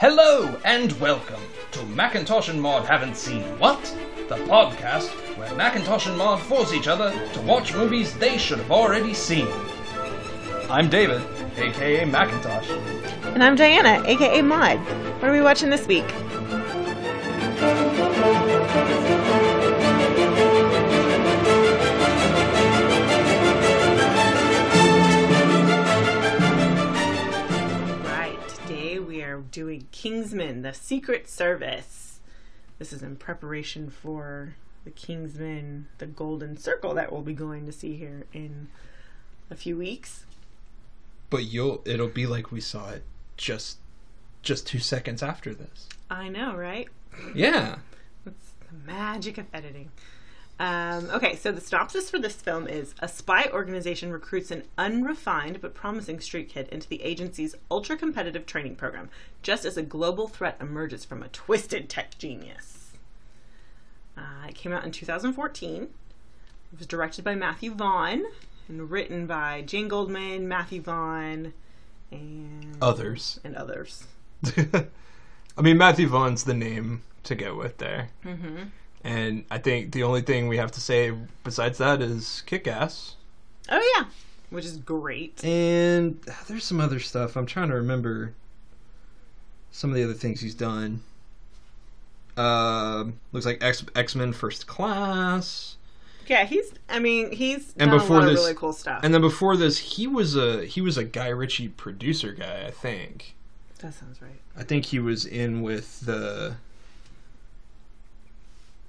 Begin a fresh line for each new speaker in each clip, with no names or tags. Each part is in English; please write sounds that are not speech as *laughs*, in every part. Hello and welcome to Macintosh and Maud Haven't Seen What? The podcast where Macintosh and Maud force each other to watch movies they should have already seen. I'm David, aka Macintosh.
And I'm Diana, aka Maud. What are we watching this week? Right, today we are doing Kingsman, the Secret Service. This is in preparation for the Kingsman, the Golden Circle that we'll be going to see here in a few weeks.
but you'll it'll be like we saw it just just two seconds after this
I know, right?
yeah
The magic of editing. Um, okay, so the synopsis for this film is a spy organization recruits an unrefined but promising street kid into the agency's ultra competitive training program just as a global threat emerges from a twisted tech genius. Uh, it came out in 2014. It was directed by Matthew Vaughn and written by Jane Goldman, Matthew Vaughn, and,
Oh. others *laughs*
and others.
i mean matthew vaughn's the name to go with there mm-hmm. and i think the only thing we have to say besides that is kick-ass
Oh, yeah, which is great.
and there's some other stuff i'm trying to remember some of the other things he's done um looks like X- x-men first class
Yeah, he's. I mean, he's
And
done
before
a lot
this-
of really cool stuff.
and then before this he was a he was a guy ritchie producer guy i think
that sounds right.
I think he was in with the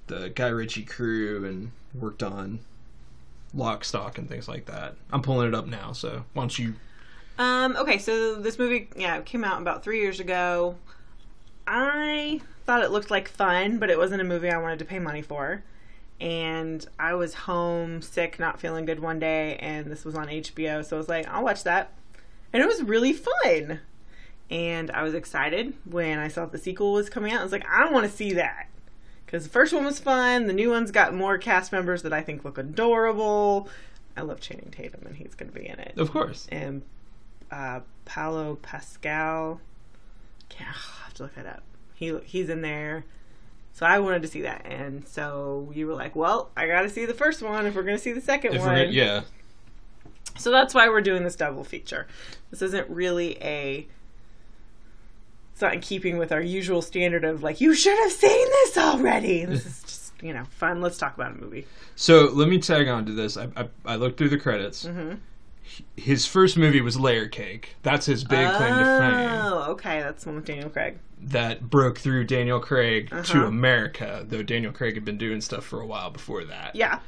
the Guy Ritchie crew and worked on Lock, Stock, and things like that. I'm pulling it up now, so why don't you?
Um. Okay, so this movie, yeah, it came out about three years ago. I thought it looked like fun, but it wasn't a movie I wanted to pay money for. And I was home sick, not feeling good one day, and this was on HBO, so I was like, I'll watch that. And it was really fun. And I was excited when I saw the sequel was coming out. I was like, I want to see that. Because the first one was fun. The new one's got more cast members that I think look adorable. I love Channing Tatum, and he's going to be in it
Of course.
and uh, Paolo Pascal. Can't, I'll have to look that up. He he's in there. So I wanted to see that, and so you were like, "Well, I got to see the first one if we're going to see the second
If
one."
we're, yeah,
So that's why we're doing this double feature. This isn't really a. It's not in keeping with our usual standard of like, "You should have seen this already." This
*laughs*
is just you know fun. Let's talk about a movie.
So let me tag on to this. I, I, I looked through the credits.
Mm-hmm.
H- His first movie was Layer Cake. That's his big claim to
Oh, okay, that's the one with Daniel Craig.
fame. That broke through Daniel Craig
Uh-huh.
to America, though Daniel Craig had been doing stuff for a while before that.
Yeah,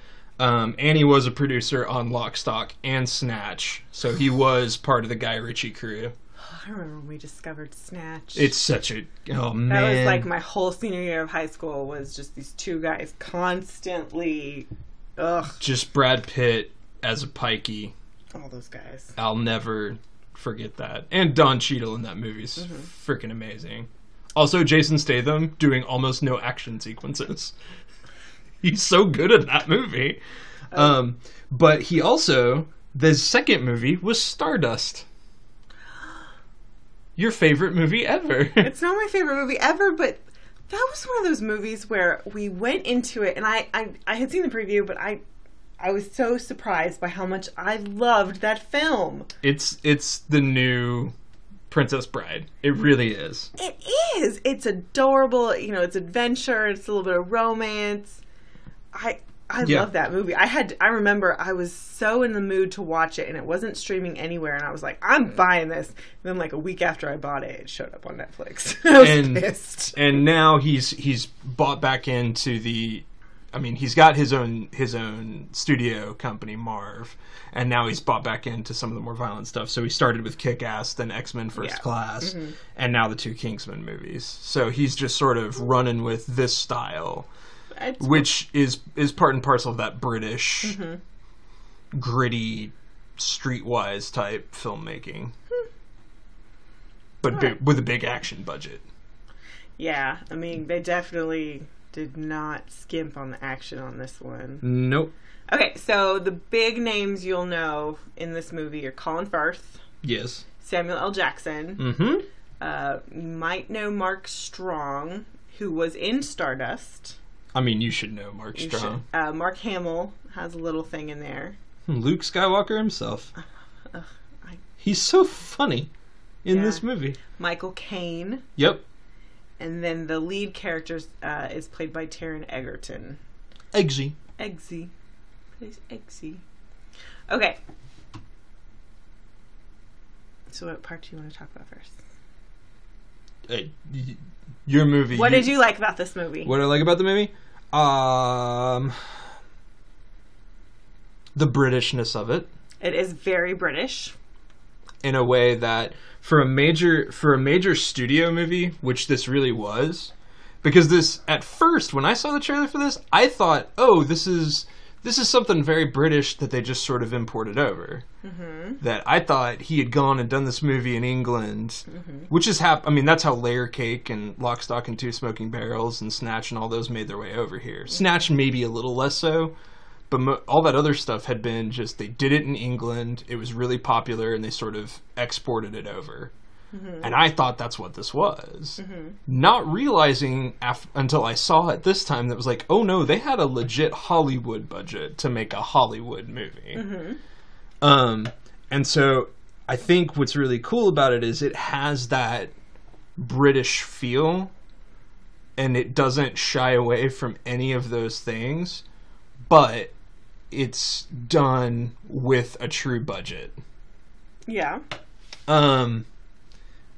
Um, and he was a producer on Lock, Stock, and Snatch, so he was part of the Guy Ritchie crew.
I remember when we discovered Snatch.
It's such a oh man.
That was like my whole senior year of high school was just these two guys constantly. Ugh,
just Brad Pitt as a pikey.
all those guys.
I'll never forget that. And Don Cheadle in that movie's freaking amazing. Also, Jason Statham doing almost no action sequences. *laughs* He's so good in that movie. Um, but he also the second movie was Stardust. Your favorite movie ever.
It's not my favorite movie ever, but that was one of those movies where we went into it, and I, I, I had seen the preview, but I, I was so surprised by how much I loved that film.
*laughs* It's it's the new Princess Bride. It really is.
It is. It's adorable. You know, it's adventure. It's a little bit of romance. I I
Yeah.
love that movie. I had I remember I was so in the mood to watch it and it wasn't streaming anywhere and I was like, I'm buying this. And then like a week after I bought it, it showed up on Netflix. *laughs* I was
And-
pissed.
And now he's he's bought back into the I mean, he's got his own his own studio company, Marv, and now he's bought back into some of the more violent stuff. So he started with Kick Ass, then X Men First
Yeah. Mm-hmm.
Class, and now the two Kingsman movies. So he's just sort of running with this style,
It's-
which is is part and parcel of that British
Mm-hmm.
gritty, streetwise type filmmaking,
Hmm.
but bi- with a big action budget.
yeah, I mean they definitely did not skimp on the action on this one.
Nope.
Okay, so the big names you'll know in this movie are Colin Firth,
Yes.
Samuel L. Jackson,
Mm-hmm.
Uh, you might know Mark Strong, who was in Stardust.
I mean, you should know Mark
You
Strong.
should- Uh, Mark Hamill has a little thing in there.
Luke Skywalker himself.
I-
He's so funny in
Yeah.
this movie.
Michael Caine,
Yep.
and then the lead character uh, is played by Taryn Egerton.
Eggsy.
Eggsy. Plays Eggsy. Okay. So, what part do you want to talk about first?
Hey, y- Uh, your movie.
What did you like about this movie?
What I like about the movie? Um, the Britishness of it
It is very British.
in a way that for a major for a major studio movie, which this really was, because this at first when I saw the trailer for this, I thought, oh, this is this is something very British that they just sort of imported over. That I thought he had gone and done this movie in England, which is hap- I mean, that's how Layer Cake and Lock, Stock, and Two Smoking Barrels and Snatch and all those made their way over here. Snatch maybe a little less so, but mo- all that other stuff had been just they did it in England. It was really popular, and they sort of exported it over. And I thought that's what this was, not realizing af- until I saw it this time that was like, oh no, they had a legit Hollywood budget to make a Hollywood movie. Um, and so I think what's really cool about it is it has that British feel, and it doesn't shy away from any of those things but it's done with a true budget.
Yeah.
Um,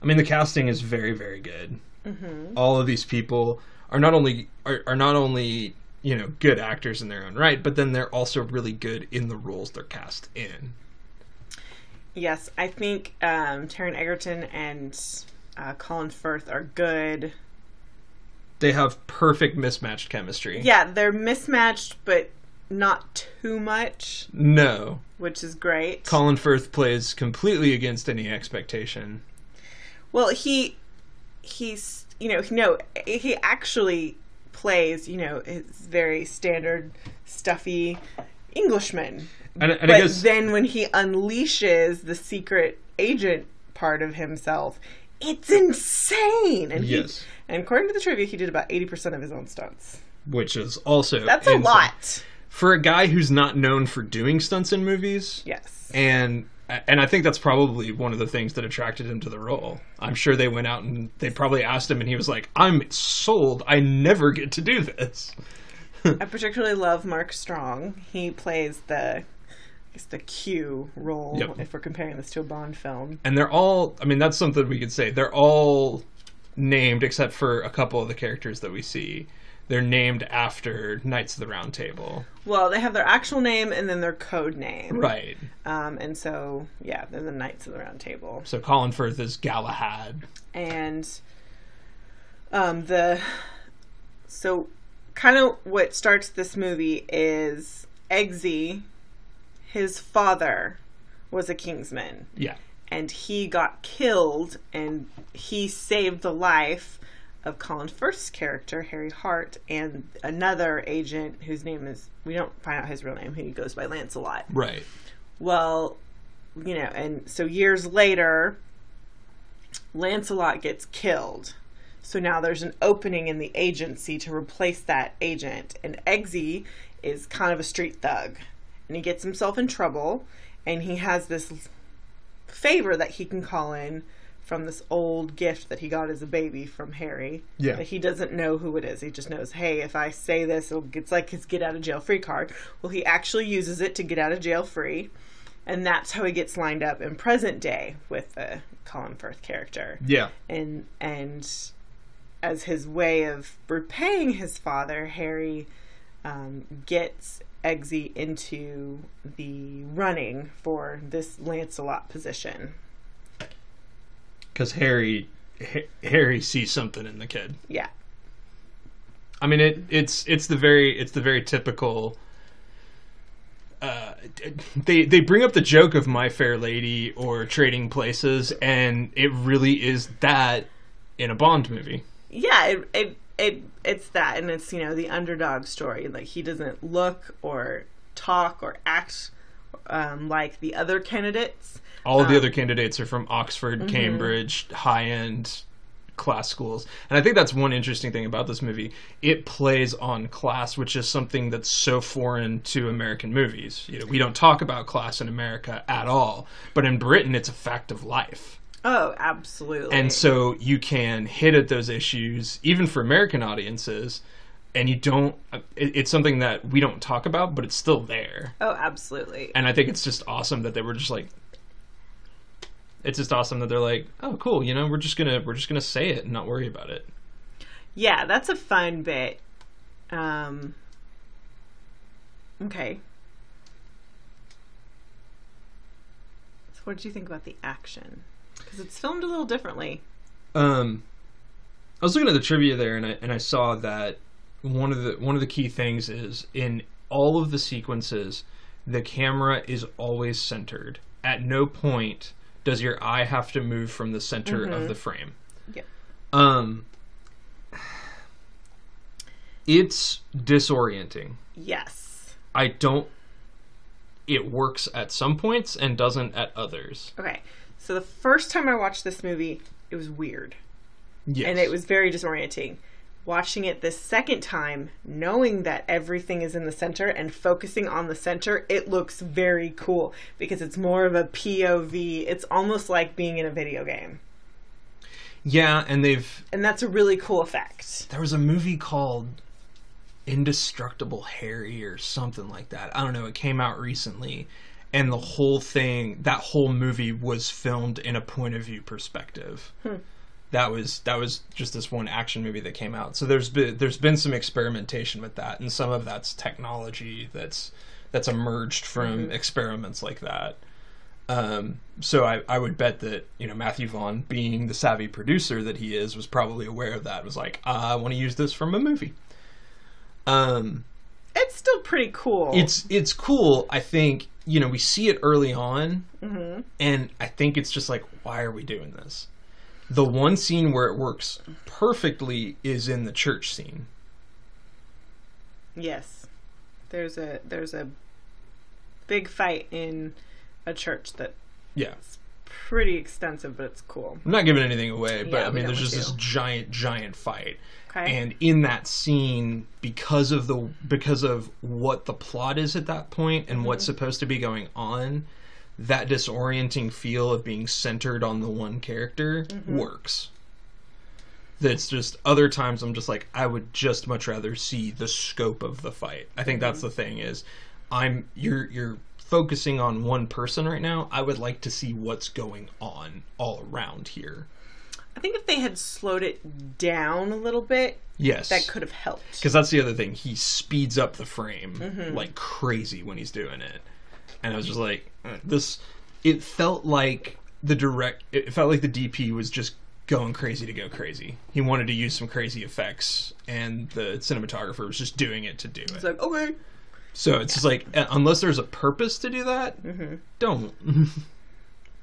I mean, the casting is very, very good.
Mm-hmm.
All of these people are not only are, are not only you know good actors in their own right, but then they're also really good in the roles they're cast in.
Yes, I think um, Taryn Egerton and uh, Colin Firth are good.
They have perfect mismatched chemistry.
Yeah, they're mismatched, but not too much,
No,
which is great.
Colin Firth plays completely against any expectation.
well, he he's you know no he actually plays you know his very standard stuffy Englishman,
And, and I
but
guess
then when he unleashes the secret agent part of himself, it's insane. And he-
Yes.
and according to the trivia, he did about eighty percent of his own stunts.
which is also
That's a
insane.
lot.
for a guy who's not known for doing stunts in movies.
Yes.
and and I think that's probably one of the things that attracted him to the role. I'm sure they went out and they probably asked him, and he was like, "I'm sold. I never get to do this."
I particularly love Mark Strong. He plays the I guess the Q role
Yep.
if we're comparing this to a Bond film.
And they're all. I mean, that's something we could say. They're all named except for a couple of the characters that we see. They're named after Knights of the Round Table,
Well, they have their actual name and then their code name.
right?
Um, and so yeah, they're the Knights of the Round Table.
So Colin Firth is Galahad.
And um the so kind of what starts this movie is Eggsy, his father was a Kingsman.
Yeah,
and he got killed and he saved the life of Colin Firth's character Harry Hart and another agent whose name is we don't find out his real name who goes by Lancelot.
right.
Well, you know, and so years later Lancelot gets killed. So now there's an opening in the agency to replace that agent and Eggsy is kind of a street thug and he gets himself in trouble and he has this favor that he can call in from this old gift that he got as a baby from Harry.
Yeah.
But he doesn't know who it is. He just knows, hey, if I say this, it'll, it's like his get out of jail free card. Well, he actually uses it to get out of jail free. And that's how he gets lined up in present day with the Colin Firth character
Yeah,
and and as his way of repaying his father, Harry um, gets Eggsy into the running for this Lancelot position.
because Harry Ha- Harry sees something in the kid.
Yeah,
I mean it it's it's the very it's the very typical uh, they they bring up the joke of My Fair Lady or Trading Places, and it really is that in a Bond movie.
yeah, it it, it it's that, and it's you know the underdog story. Like he doesn't look or talk or act um, like the other candidates.
All of the other candidates are from Oxford, Cambridge, high end class schools. And I think that's one interesting thing about this movie. It plays on class, which is something that's so foreign to American movies. You know, we don't talk about class in America at all, but in Britain it's a fact of life.
Oh, absolutely.
And so you can hit at those issues, even for American audiences, and you don't. it- It's something that we don't talk about, but it's still there.
oh, absolutely.
And I think it's just awesome that they were just like, it's just awesome that they're like, oh, cool. You know, we're just gonna we're just gonna say it and not worry about it.
Yeah, that's a fun bit. Um, okay. So, what did you think about the action? Because it's filmed a little differently.
Um, I was looking at the trivia there, and I and I saw that one of the one of the key things is in all of the sequences, the camera is always centered. At no point does your eye have to move from the center
Mm-hmm.
of the frame.
Yep.
Um, it's disorienting.
Yes.
I don't. It works at some points and doesn't at others.
Okay. So the first time I watched this movie, it was weird
Yes.
and it was very disorienting. Watching it this second time, knowing that everything is in the center and focusing on the center, it looks very cool because it's more of a POV. It's almost like being in a video game.
yeah, and they've
and that's a really cool effect.
there was a movie called Indestructible Harry or something like that. I don't know. It came out recently, and the whole thing, that whole movie, was filmed in a point of view perspective. That was that was just this one action movie that came out. So there's been there's been some experimentation with that, and some of that's technology that's that's emerged from experiments like that. Um, so I, I would bet that you know Matthew Vaughn, being the savvy producer that he is, was probably aware of that. Was like, "Ah, I want to use this from a movie. Um,
It's still pretty cool.
it's it's cool. I think you know we see it early on,
Mm-hmm.
and I think it's just like, why are we doing this? The one scene where it works perfectly is in the church scene.
yes. There's a there's a big fight in a church that's
Yeah,
pretty extensive, but it's cool.
I'm not giving anything away, but
Yeah,
I
we
mean,
don't
there's just
want
this
to.
giant, giant fight.
Okay.
And in that scene, because of the because of what the plot is at that point and what's
Mm-hmm.
supposed to be going on, that disorienting feel of being centered on the one character
Mm-hmm.
works. That's just other times I'm just like I would just much rather see the scope of the fight. I think
Mm-hmm.
that's the thing is I'm you're you're focusing on one person right now. I would like to see what's going on all around here.
I think if they had slowed it down a little bit,
Yes.
that could have helped.
Because that's the other thing. He speeds up the frame like crazy when he's doing it, and I was just like, "Uh, this. It felt like the direct. It felt like the DP was just going crazy to go crazy. He wanted to use some crazy effects, and the cinematographer was just doing it to do it.
It's like okay,
So it's just like, uh, unless there's a purpose to do that, don't.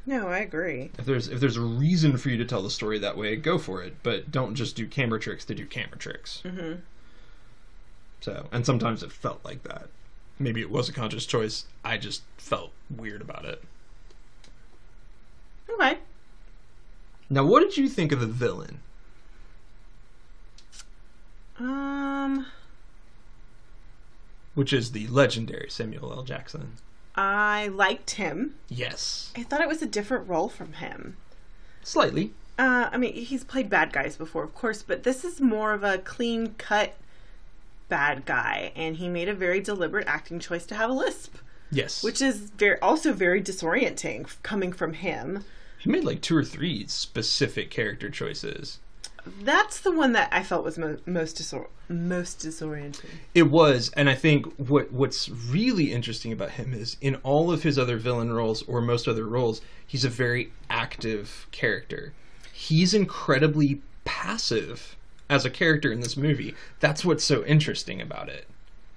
no, I agree.
if there's if there's a reason for you to tell the story that way, go for it. But don't just do camera tricks to do camera tricks. Mm-hmm. So, and sometimes it felt like that. Maybe it was a conscious choice. I just felt weird about it.
Okay,
Now, what did you think of the villain?
um,
Which is the legendary Samuel L. Jackson.
I liked him.
Yes,
I thought it was a different role from him.
slightly.
Uh, I mean, he's played bad guys before, of course, but this is more of a clean cut bad guy, and he made a very deliberate acting choice to have a lisp,
Yes,
which is very also very disorienting f- coming from him.
he made like two or three specific character choices.
That's the one that I felt was mo- most disor- most disorienting.
It was, and I think what what's really interesting about him is in all of his other villain roles or most other roles, he's a very active character. He's incredibly passive as a character in this movie. That's what's so interesting about it.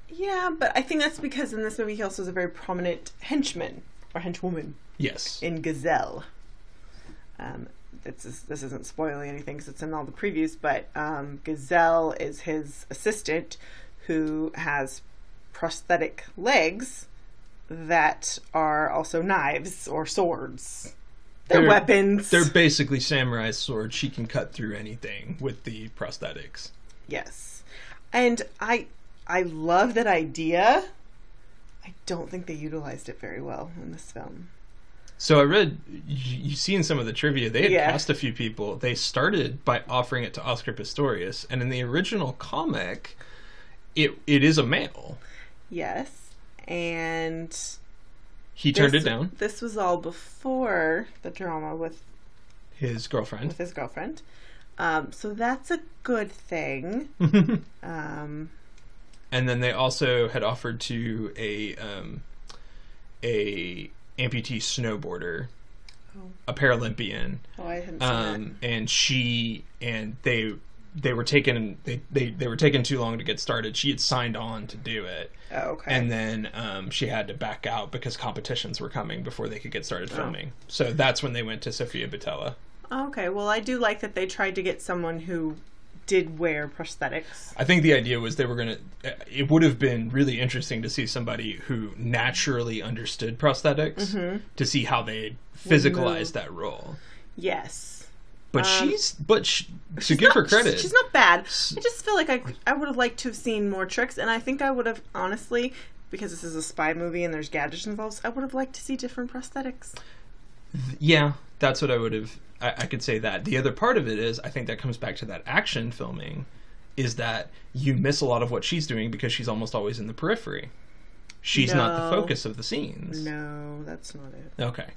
Yeah, but I think that's because in this movie he also is a very prominent henchman or henchwoman
Yes.
in Gazelle. Um, this, is, this isn't spoiling anything because it's in all the previews, but um, Gazelle is his assistant who has prosthetic legs that are also knives or swords. They're,
They're-
weapons.
They're basically samurai swords. She can cut through anything with the prosthetics.
yes. And I I love that idea. I don't think they utilized it very well in this film.
So I read you- you've seen some of the trivia. They had
Yeah.
cast a few people. They started by offering it to Oscar Pistorius, and in the original comic, it it is a male.
Yes. And
He turned
this-
it down.
This was all before the drama with
His
with
girlfriend.
his girlfriend. Um, so that's a good thing.
*laughs*
Um,
and then they also had offered to a um, a amputee snowboarder,
Oh.
a Paralympian,
oh, I hadn't seen
um, and she and they they were taken they, they they were taking too long to get started. She had signed on to do it,
that. Oh, okay.
and then um, she had to back out because competitions were coming before they could get
Oh.
started filming. So that's when they went to Sofia Botella.
okay. Well, I do like that they tried to get someone who did wear prosthetics.
I think the idea was they were going to. It would have been really interesting to see somebody who naturally understood prosthetics
Mm-hmm.
to see how they physicalized that role.
Yes.
But she's. But sh to give her
Not- Um, she's-
credit,
She's, not bad. I just feel like I I would have liked to have seen more tricks, and I think I would have honestly. Because this is a spy movie and there's gadgets involved, I would have liked to see different prosthetics.
yeah, that's what I would have. I, I could say that. The other part of it is, I think that comes back to that action filming, is that you miss a lot of what she's doing because she's almost always in the periphery. She's not the
No.
focus of the scenes.
No, that's not it.
Okay.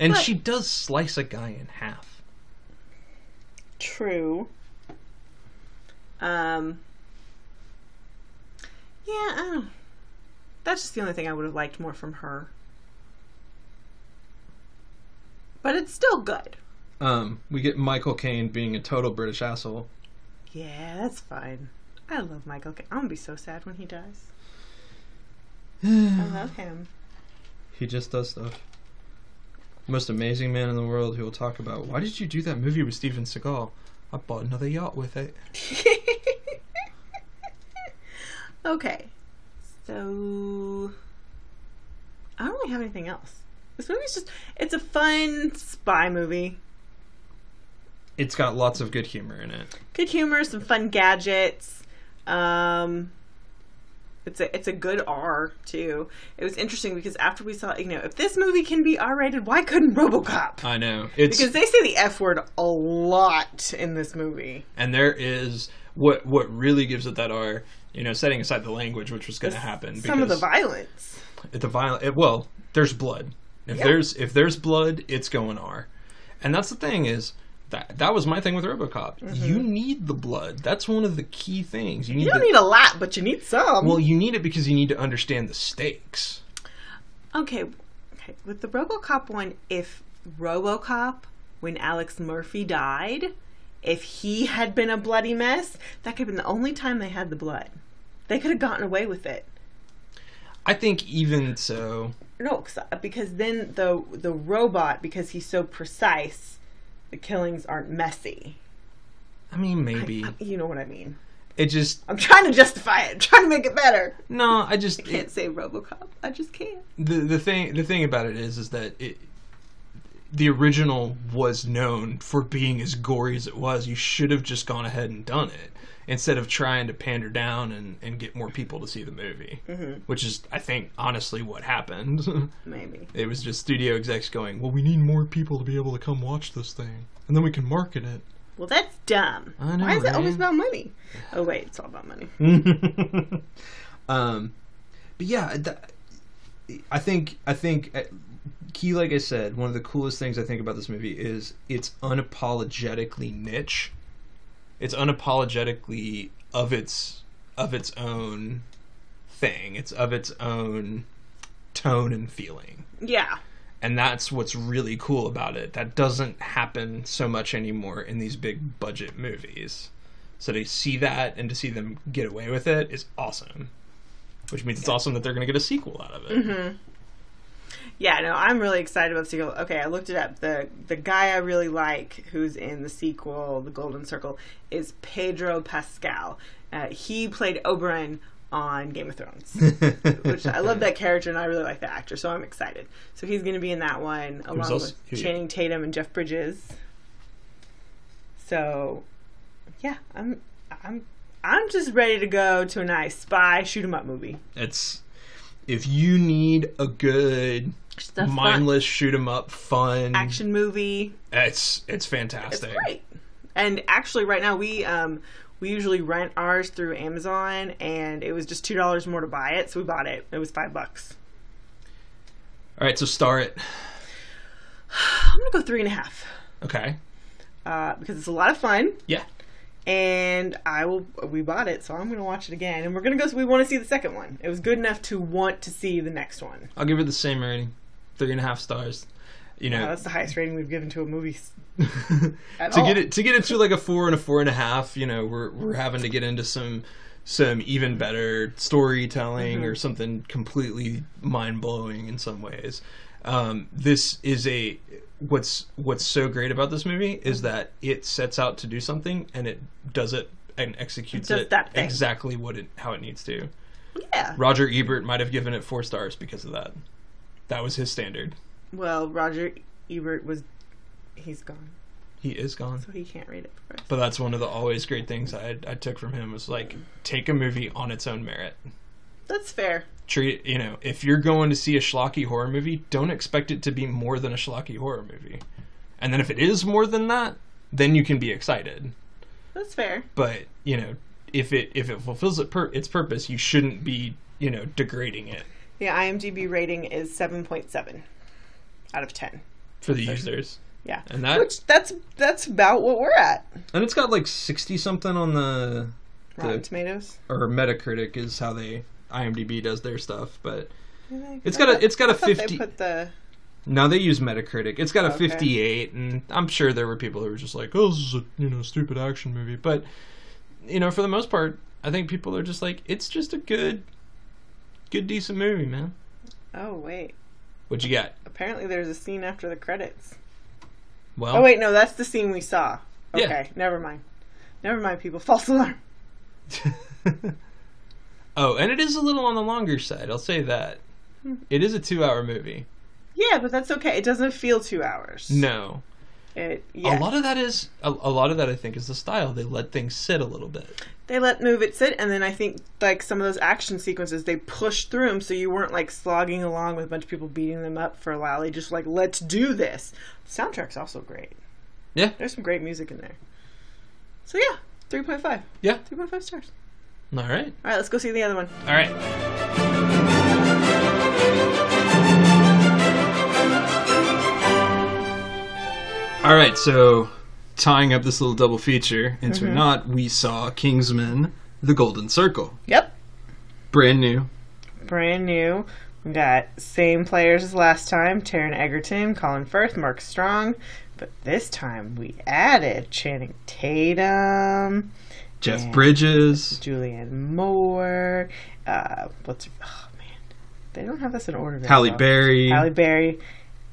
And
But-
she does slice a guy in half.
True. Um. Yeah, I don't. That's just the only thing I would have liked more from her. But it's still good.
Um, we get Michael Caine being a total British asshole. *sighs*
Yeah, that's fine. I love Michael. Ca- I'm gonna be so sad when he dies. I
Uh-huh.
love him. *laughs*
He just does stuff. Most amazing man in the world who will talk about why did you do that movie with Steven Seagal? I bought another yacht with it.
okay, so I don't really have anything else. This movie's just—it's a fun spy movie.
It's got lots of good humor in it.
good humor, some fun gadgets. Um, it's a it's a good R too. It was interesting because after we saw, you know, if this movie can be R rated, why couldn't RoboCop?
I know. It's
Because they say the F word a lot in this movie.
and there is what what really gives it that R, you know, setting aside the language which was going to happen because
Some of the violence.
at the violent it, well there's blood if there's if there's blood it's going r and that's the thing is that that was my thing with robocop you need the blood that's one of the key things you need,
Mm-hmm. You don't
the,
need a lot, but you need some.
well you need it because you need to understand the stakes
Okay, okay. With the RoboCop one, if RoboCop, when Alex Murphy died, if he had been a bloody mess, that could have been the only time they had the blood. They could have gotten away with it.
i think even so
No, 'cause- uh, because then the the robot, because he's so precise, the killings aren't messy. Uh,
i mean maybe
You know what I mean?
it just
I'm trying to justify it. *laughs* I'm trying to make it better.
no i just it-
Can't say RoboCop. I just can't.
the the thing the thing about it is is that it the original was known for being as gory as it was. You should have just gone ahead and done it instead of trying to pander down and, and get more people to see the movie, which is, I think, honestly what happened. *laughs*
Maybe.
it was just studio execs going, "Well, we need more people to be able to come watch this thing, and then we can market
Well, that's dumb.
I know,
Why is it
right?
always about money? Oh wait, it's all about money.
it." *laughs* um, but yeah, that, I think I think uh, key, like I said, one of the coolest things I think about this movie is it's unapologetically niche. It's unapologetically of its of its own thing. It's of its own tone and feeling.
Yeah.
And that's what's really cool about it. That doesn't happen so much anymore in these big budget movies. So to see that and to see them get away with it is awesome. Which means it's awesome that they're going to get a sequel out of it.
Yeah, no, I'm really excited about the sequel. Okay, I looked it up. The the guy I really like who's in the sequel, The Golden Circle, is Pedro Pascal. Uh, he played Oberon on Game of Thrones. Which I love that character and I really like the actor, so I'm excited. So he's going to be in that one along
else? Who-
with Channing Tatum and Jeff Bridges. So, yeah, I'm I'm I'm just ready to go to a nice spy shoot 'em up movie.
*laughs* It's if you need a good
Just a fun
mindless shoot 'em up fun
action movie.
It's it's
It's
fantastic.
great. And actually, right now we um we usually rent ours through Amazon, and it was just two dollars more to buy it, so we bought it. It was five bucks.
All right, so star it.
I'm gonna go three and a half
Okay.
uh, because it's a lot of fun,
Yeah.
and I will. We bought it, so I'm gonna watch it again, and we're gonna go. We want to see the second one. It was good enough to want to see the next one.
I'll give it the same rating, three and a half stars. You
Uh,
know,
that's the highest rating we've given to a movie. s- At
to
all.
get it to get it to like a four and a four and a half, you know, we're we're having to get into some some even better storytelling
Mm-hmm.
or something completely mind blowing in some ways. Um, this is a what's what's so great about this movie is
Mm-hmm.
that it sets out to do something and it does it and executes
does
it
that thing.
exactly what it how it needs to.
Yeah.
Roger Ebert might have given it four stars because of that. That was his standard.
Well, Roger Ebert was. He's gone,
He is gone.
so he can't read it for us.
But that's one of the always great things I, I took from him was like take a movie on its own merit.
That's fair.
Treat you know if you're going to see a schlocky horror movie, don't expect it to be more than a schlocky horror movie. And then if it is more than that, then you can be excited.
That's fair.
But you know if it if it fulfills it pur- its purpose, you shouldn't be you know degrading it
The IMDb rating is 7.7 out of 10.
for the users.
Yeah.
And that
Which that's that's about what we're at.
and it's got like sixty something on the
Rotten
The-
Tomatoes.
or Metacritic is how they IMDb does their stuff, but
It's
it's got a it's got a
I thought
fifty.
They put the
No, they use Metacritic. It's got a
Okay.
58, and I'm sure there were people who were just like, "Oh, this is a you know stupid action movie," but you know, for the most part, I think people are just like, "It's just a good, good decent movie, man."
Oh wait.
What you got?
Apparently there's a scene after the credits.
Well,
Oh wait, no, that's the scene we saw.
Yeah.
Okay, never mind. Never mind people. *laughs* False alarm.
*laughs* oh, and it is a little on the longer side. I'll say that.
Hmm.
It is a two-hour movie.
Yeah, but that's okay. It doesn't feel 2 hours.
No,
It
a
yeah.
lot of that is a, a lot of that. I think is the style. They let things sit a little bit.
they let move it sit and then I think like some of those action sequences they pushed through them so you weren't like slogging along with a bunch of people beating them up for a while. They just like let's do this. soundtrack's also great.
Yeah.
There's some great music in there. So yeah, 3.5.
Yeah.
3.5 stars.
All right.
All right, let's go see the other one.
All right. All right, so tying up this little double feature into
Mm-hmm.
a knot, we saw Kingsman: The Golden Circle,
Yep.
brand new.
Brand new. We got same players as last time, Taryn Egerton, Colin Firth, Mark Strong, but this time we added Channing Tatum,
Jeff
Yeah.
Bridges.
Julianne Moore, uh, what's her- oh man. They don't have this in order. very
Halle
well.
Berry.
Halle Berry,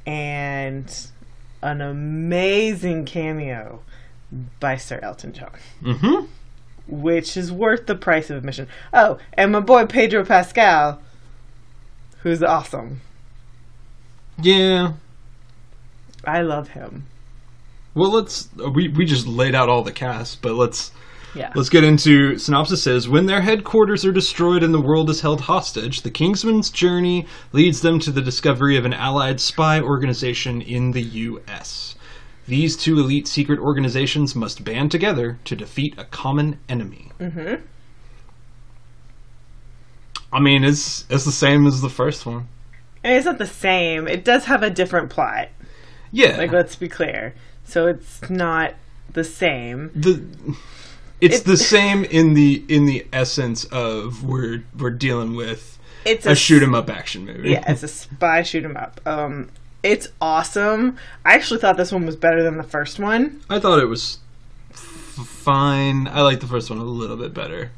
and an amazing cameo by Sir Elton John,
Mhm.
which is worth the price of admission. Oh, and my boy Pedro Pascal, who's awesome.
Yeah.
I love him.
Well, let's we we just laid out all the cast, but let's
Yeah.
Let's get into synopsis says when their headquarters are destroyed and the world is held hostage, the Kingsman's journey leads them to the discovery of an allied spy organization in the US. These two elite secret organizations must band together to defeat a common enemy.
Mhm.
I mean, it's it's the same as the first one.
I mean, it's not the same. It does have a different plot.
Yeah.
Like, let's be clear. So it's not the same.
the it's
It-
the
*laughs*
same in the in the essence of we're we're dealing with
It's
a shoot 'em up action movie.
yeah, it's a spy shoot 'em up. Um, it's awesome. I actually thought this one was better than the first one.
I thought it was f- fine. I like the first one a little bit better,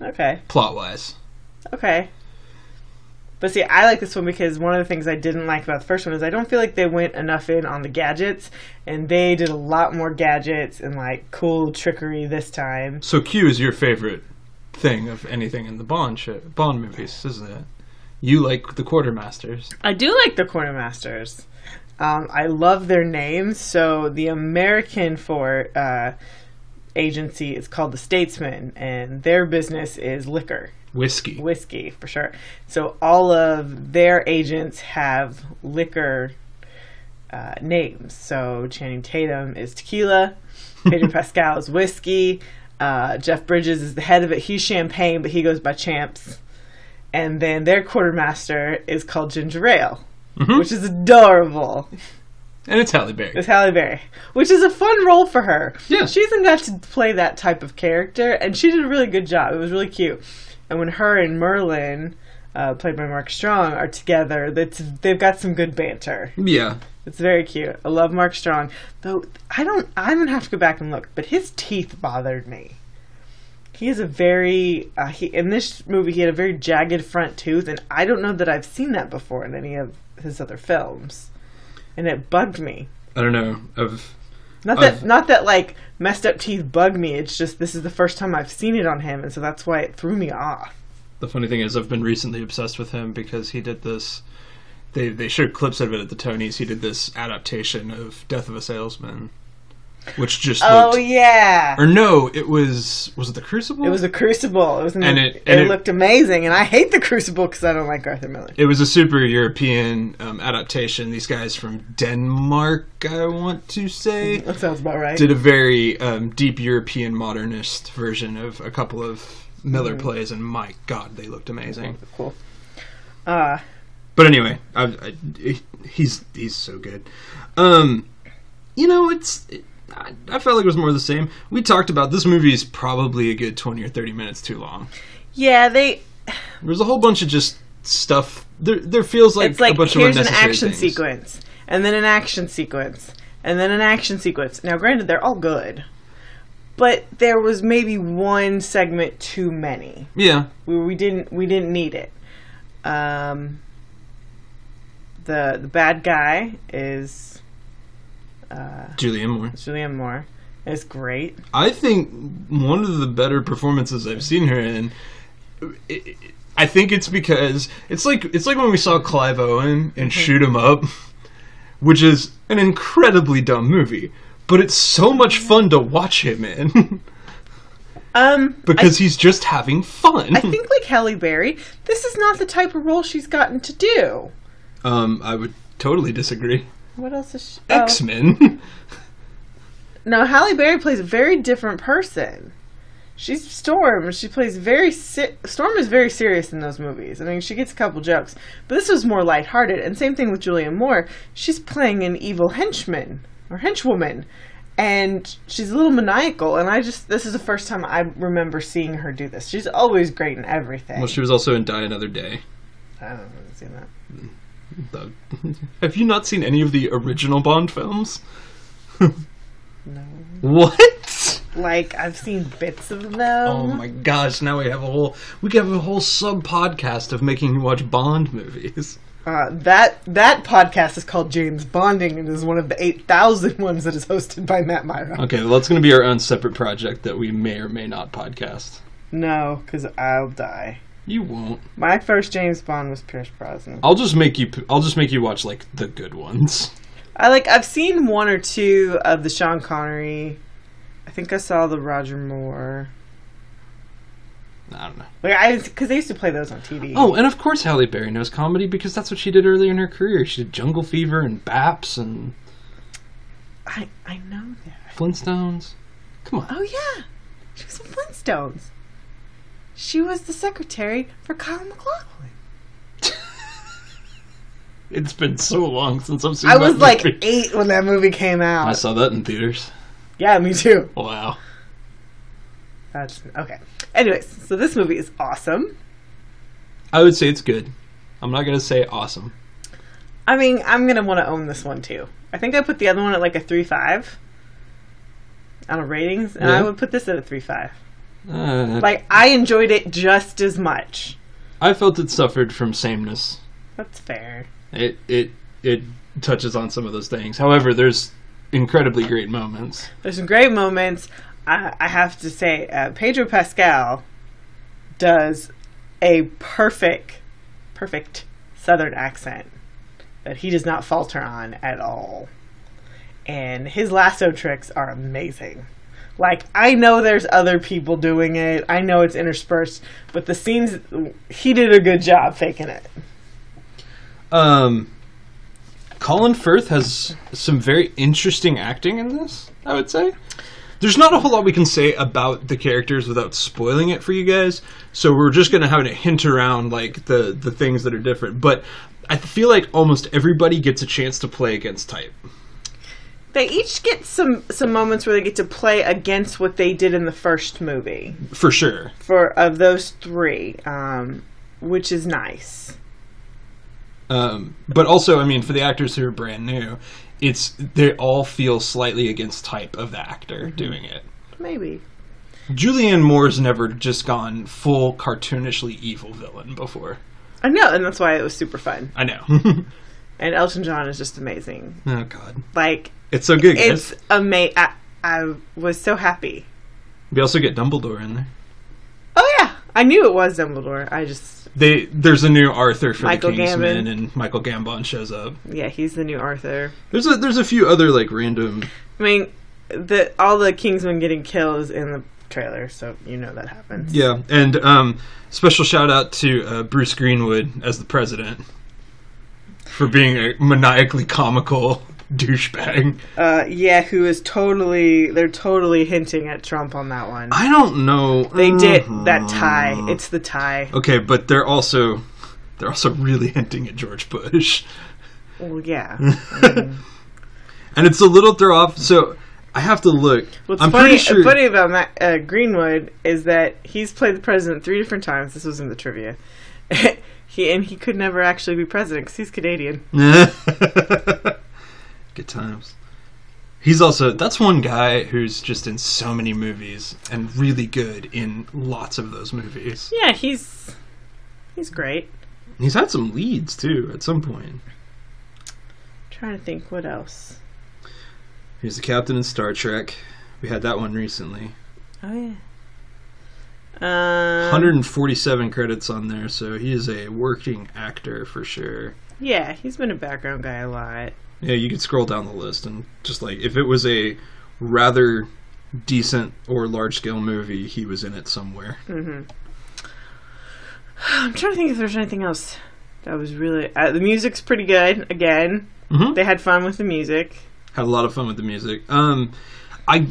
Okay,
plot wise.
okay. But see, I like this one because one of the things I didn't like about the first one is I don't feel like they went enough in on the gadgets, and they did a lot more gadgets and like cool trickery this time.
So Q is your favorite thing of anything in the Bond shit, Bond movies, isn't it? You like the quartermasters.
I do like the quartermasters. Um, I love their names. So the American for uh, agency is called the Statesman, and their business is liquor,
Whiskey.
whiskey for sure. So all of their agents have liquor uh, names. So Channing Tatum is tequila, Pedro Pascal is whiskey, uh, Jeff Bridges is the head of it. He's champagne, but he goes by champs. And then their quartermaster is called ginger ale, which is adorable.
And it's Halle Berry.
It's Halle Berry, which is a fun role for her.
Yeah.
She even got to play that type of character, and she did a really good job. It was really cute. And when her and Merlin, uh, played by Mark Strong, are together, that's, they've got some good banter.
Yeah.
It's very cute. I love Mark Strong, though. I don't. I'm gonna have to go back and look, but his teeth bothered me. He is a very uh, he in this movie. He had a very jagged front tooth, and I don't know that I've seen that before in any of his other films, and it bugged me.
I don't know. Of
Not that
I've-
not that like messed up teeth bug me. It's just this is the first time I've seen it on him, and so that's why it threw me off.
the funny thing is, I've been recently obsessed with him because he did this. They they showed clips of it at the Tonys. He did this adaptation of Death of a Salesman, which just
Oh
looked.
yeah,
Or no, it was was it the Crucible?
it was a crucible. It was an,
And
it,
it- and it-
looked amazing, and I hate the crucible because I don't like Arthur Miller.
It was a super European um, adaptation. These guys from Denmark, I want to say,
That sounds about right.
did a very um, deep European modernist version of a couple of Miller
Mm.
plays, and my God, they looked amazing.
cool. Uh,
But anyway, I, I, he's he's so good. Um, you know, it's it, I, I felt like it was more of the same. We talked about this movie is probably a good twenty or thirty minutes too long.
yeah, they.
There's a whole bunch of just stuff. There, there feels like
It's like
a bunch of
here's an
unnecessary
action
things.
sequence, and then an action sequence, and then an action sequence. Now, granted, they're all good, but there was maybe one segment too many.
Yeah,
We, we didn't we didn't need it. Um, the the bad guy is uh,
Julianne Moore.
Julianne Moore. Is great.
I think one of the better performances I've seen her in. i- i I think it's because it's like it's like when we saw Clive Owen
Mm-hmm.
in Shoot 'Em Up, which is an incredibly dumb movie, but it's so much fun to watch him in *laughs*
Um,
because he's just having fun.
I think like Halle Berry, this is not the type of role she's gotten to do.
*laughs* um, I would totally disagree.
What else is she? oh.
X Men.
Now, Halle Berry plays a very different person. She's Storm. She plays very si- Storm is very serious in those movies. I mean, she gets a couple jokes, but this was more lighthearted. And same thing with Julianne Moore. She's playing an evil henchman or henchwoman, and she's a little maniacal. And I just this is the first time I remember seeing her do this. She's always great in everything.
*laughs* well, she was also in Die Another Day.
I don't know if I've seen that.
The- *laughs* Have you not seen any of the original Bond films? *laughs*
No.
What?
Like I've seen bits of them.
Oh my gosh! Now we have a whole we could have a whole sub podcast of making you watch Bond movies.
Uh, that that podcast is called James Bonding and is one of the 8,000 ones that is hosted by Matt Myra.
*laughs* Okay, well, that's going to be our own separate project that we may or may not podcast.
No, because I'll die.
You won't.
My first James Bond was Pierce Brosnan.
I'll just make you. p- I'll just make you watch like the good ones.
I like. I've seen one or two of the Sean Connery. I think I saw the Roger Moore.
I don't know.
Like I because they used to play those on TV.
Oh, and of course, Halle Berry knows comedy because that's what she did earlier in her career. She did Jungle Fever and Baps and
I I know that.
Flintstones. Come on.
Oh yeah, she was in Flintstones. She was the secretary for Kyle McLaughlin.
It's been so long since I've seen.
I
that
was like
movie.
eight when that movie came
I
out.
saw that in theaters.
Yeah, me too.
Wow.
That's okay. Anyways, so this movie is awesome.
I would say it's good. I'm not gonna say awesome.
I mean, I'm gonna want to own this one too. I think I put the other one at like a three five on a ratings, and I
Yeah.
would put this at a three five.
Uh,
Like I enjoyed it just as much.
I felt it suffered from sameness.
That's fair.
It it it touches on some of those things. However, there's incredibly great moments.
There's some great moments. I, I have to say, uh, Pedro Pascal does a perfect, perfect Southern accent that he does not falter on at all. And his lasso tricks are amazing. Like, I know there's other people doing it, I know it's interspersed, but the scenes, he did a good job faking it.
Um, Colin Firth has some very interesting acting in this. I would say there's not a whole lot we can say about the characters without spoiling it for you guys. So we're just gonna have a hint around like the the things that are different. But I feel like almost everybody gets a chance to play against type.
They each get some some moments where they get to play against what they did in the first movie
For sure.
for of those three, um, which is nice.
Um, but also, I mean, for the actors who are brand new, it's they all feel slightly against type of the actor doing it.
Maybe
Julianne Moore's never just gone full cartoonishly evil villain before.
I know, and that's why it was super fun.
I *laughs* know. oh
And Elton John is just amazing.
God,
Like
it's so good.
it's
Guys.
amazing. I, I was so happy.
We also get Dumbledore in there.
Oh yeah, I knew it was Dumbledore. I just
They there's a new Arthur for
Michael
the Kingsman,
Gambon.
and Michael Gambon shows up.
yeah, he's the new Arthur.
There's a there's a few other like random.
I mean, the all the Kingsmen getting killed is in the trailer, so you know that happens.
Yeah, and um, special shout out to uh, Bruce Greenwood as the president for being a maniacally comical douchebag.
Uh, yeah, who is totally? They're totally hinting at Trump on that one.
I don't know. Mm-hmm.
They did that tie. It's the tie.
Uh-huh. Okay, but they're also they're also really hinting at George Bush,
Well, yeah.
and it's a little throw off. So I have to look.
What's
I'm
funny,
pretty sure.
funny about Matt, uh, Greenwood is that he's played the president three different times. This was in the trivia. *laughs* he and he could never actually be president because he's Canadian.
*laughs* Good times. He's also that's one guy who's just in so many movies and really good in lots of those movies.
Yeah, he's he's great.
He's had some leads too at some point.
trying to think what else.
He was the captain in Star Trek. We had that one recently.
Oh yeah. Um,
147 credits on there, so he is a working actor for sure.
Yeah, he's been a background guy a lot.
Yeah, you could scroll down the list and just like if it was a rather decent or large scale movie, he was in it somewhere.
hmm I'm trying to think if there's anything else that was really. Uh, the music's pretty good. Again,
Mm-hmm.
they had fun with the music.
Had a lot of fun with the music. Um, I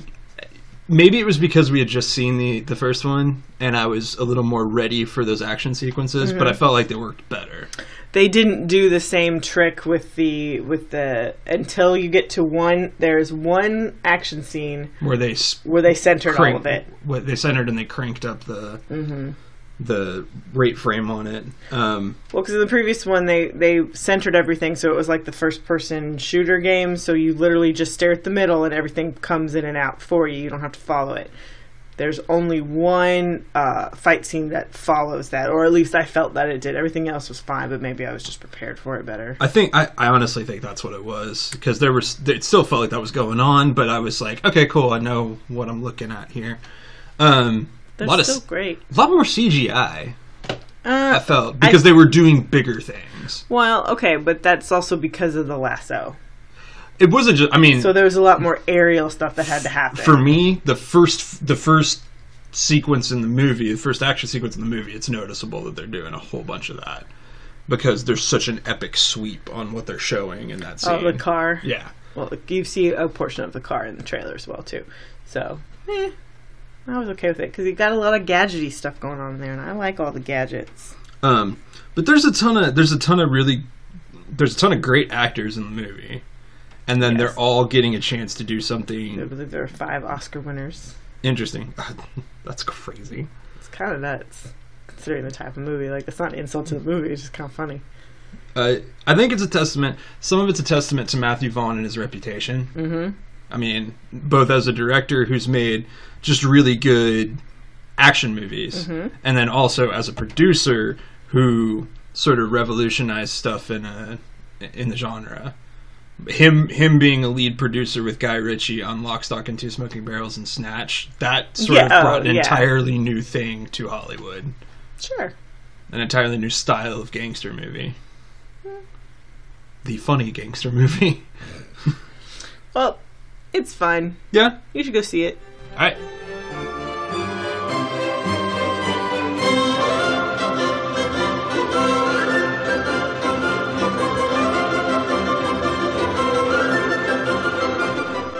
maybe it was because we had just seen the the first one and I was a little more ready for those action sequences, but I felt like they worked better.
they didn't do the same trick with the with the until you get to one there's one action scene
Where they s-
where they centered
crank,
all of it Mm-hmm.
What they centered and they cranked up the the rate frame on it. Um,
well because in the previous one they they centered everything so it was like the first person shooter game so you literally just stare at the middle and everything comes in and out for you you don't have to follow it there's only one uh, fight scene that follows that or at least i felt that it did everything else was fine but maybe i was just prepared for it better
I think I, I honestly think that's what it was because there was it still felt like that was going on, but I was like, okay, cool, I know what I'm looking at here. Um, a
they're
lot of
still
s-
great
a lot more CGI.
uh,
I felt because they were doing bigger things.
well okay but that's also because of the lasso
It wasn't just. I mean,
So there was a lot more aerial stuff that had to happen.
for me, the first the first sequence in the movie, the first action sequence in the movie, it's noticeable that they're doing a whole bunch of that because there's such an epic sweep on what they're showing in that scene.
oh, the car.
Yeah.
Well, you see a portion of the car in the trailer as well too. So, eh, I was okay with it because you got a lot of gadgety stuff going on there, and I like all the gadgets.
Um, but there's a ton of there's a ton of really there's a ton of great actors in the movie, and then
Yes.
they're all getting a chance to do
I
something
believe there are five Oscar winners.
interesting. *laughs* That's crazy.
It's kind of nuts considering the type of movie. Like, that's not an insult to the movie. It's just kind of funny.
Uh, I think it's a testament. Some of it's a testament to Matthew Vaughn and his reputation. Mm-hmm. I mean, both as a director who's made just really good action movies,
Mm-hmm.
and then also as a producer who sort of revolutionized stuff in a in the genre. Him him being a lead producer with Guy Ritchie on Lock, Stock, and Two Smoking Barrels and Snatch that sort
Yeah,
of
oh,
brought an
yeah.
entirely new thing to Hollywood.
Sure.
an entirely new style of gangster movie. The funny gangster movie. *laughs*
Well, it's fun.
Yeah.
You should go see it.
All right.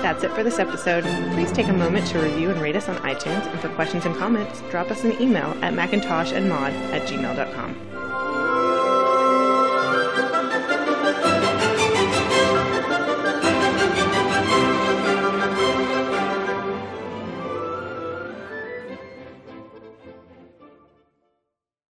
That's it for this episode. Please take a moment to review and rate us on iTunes, and for questions and comments, drop us an email at macintoshandmod at gmail.com.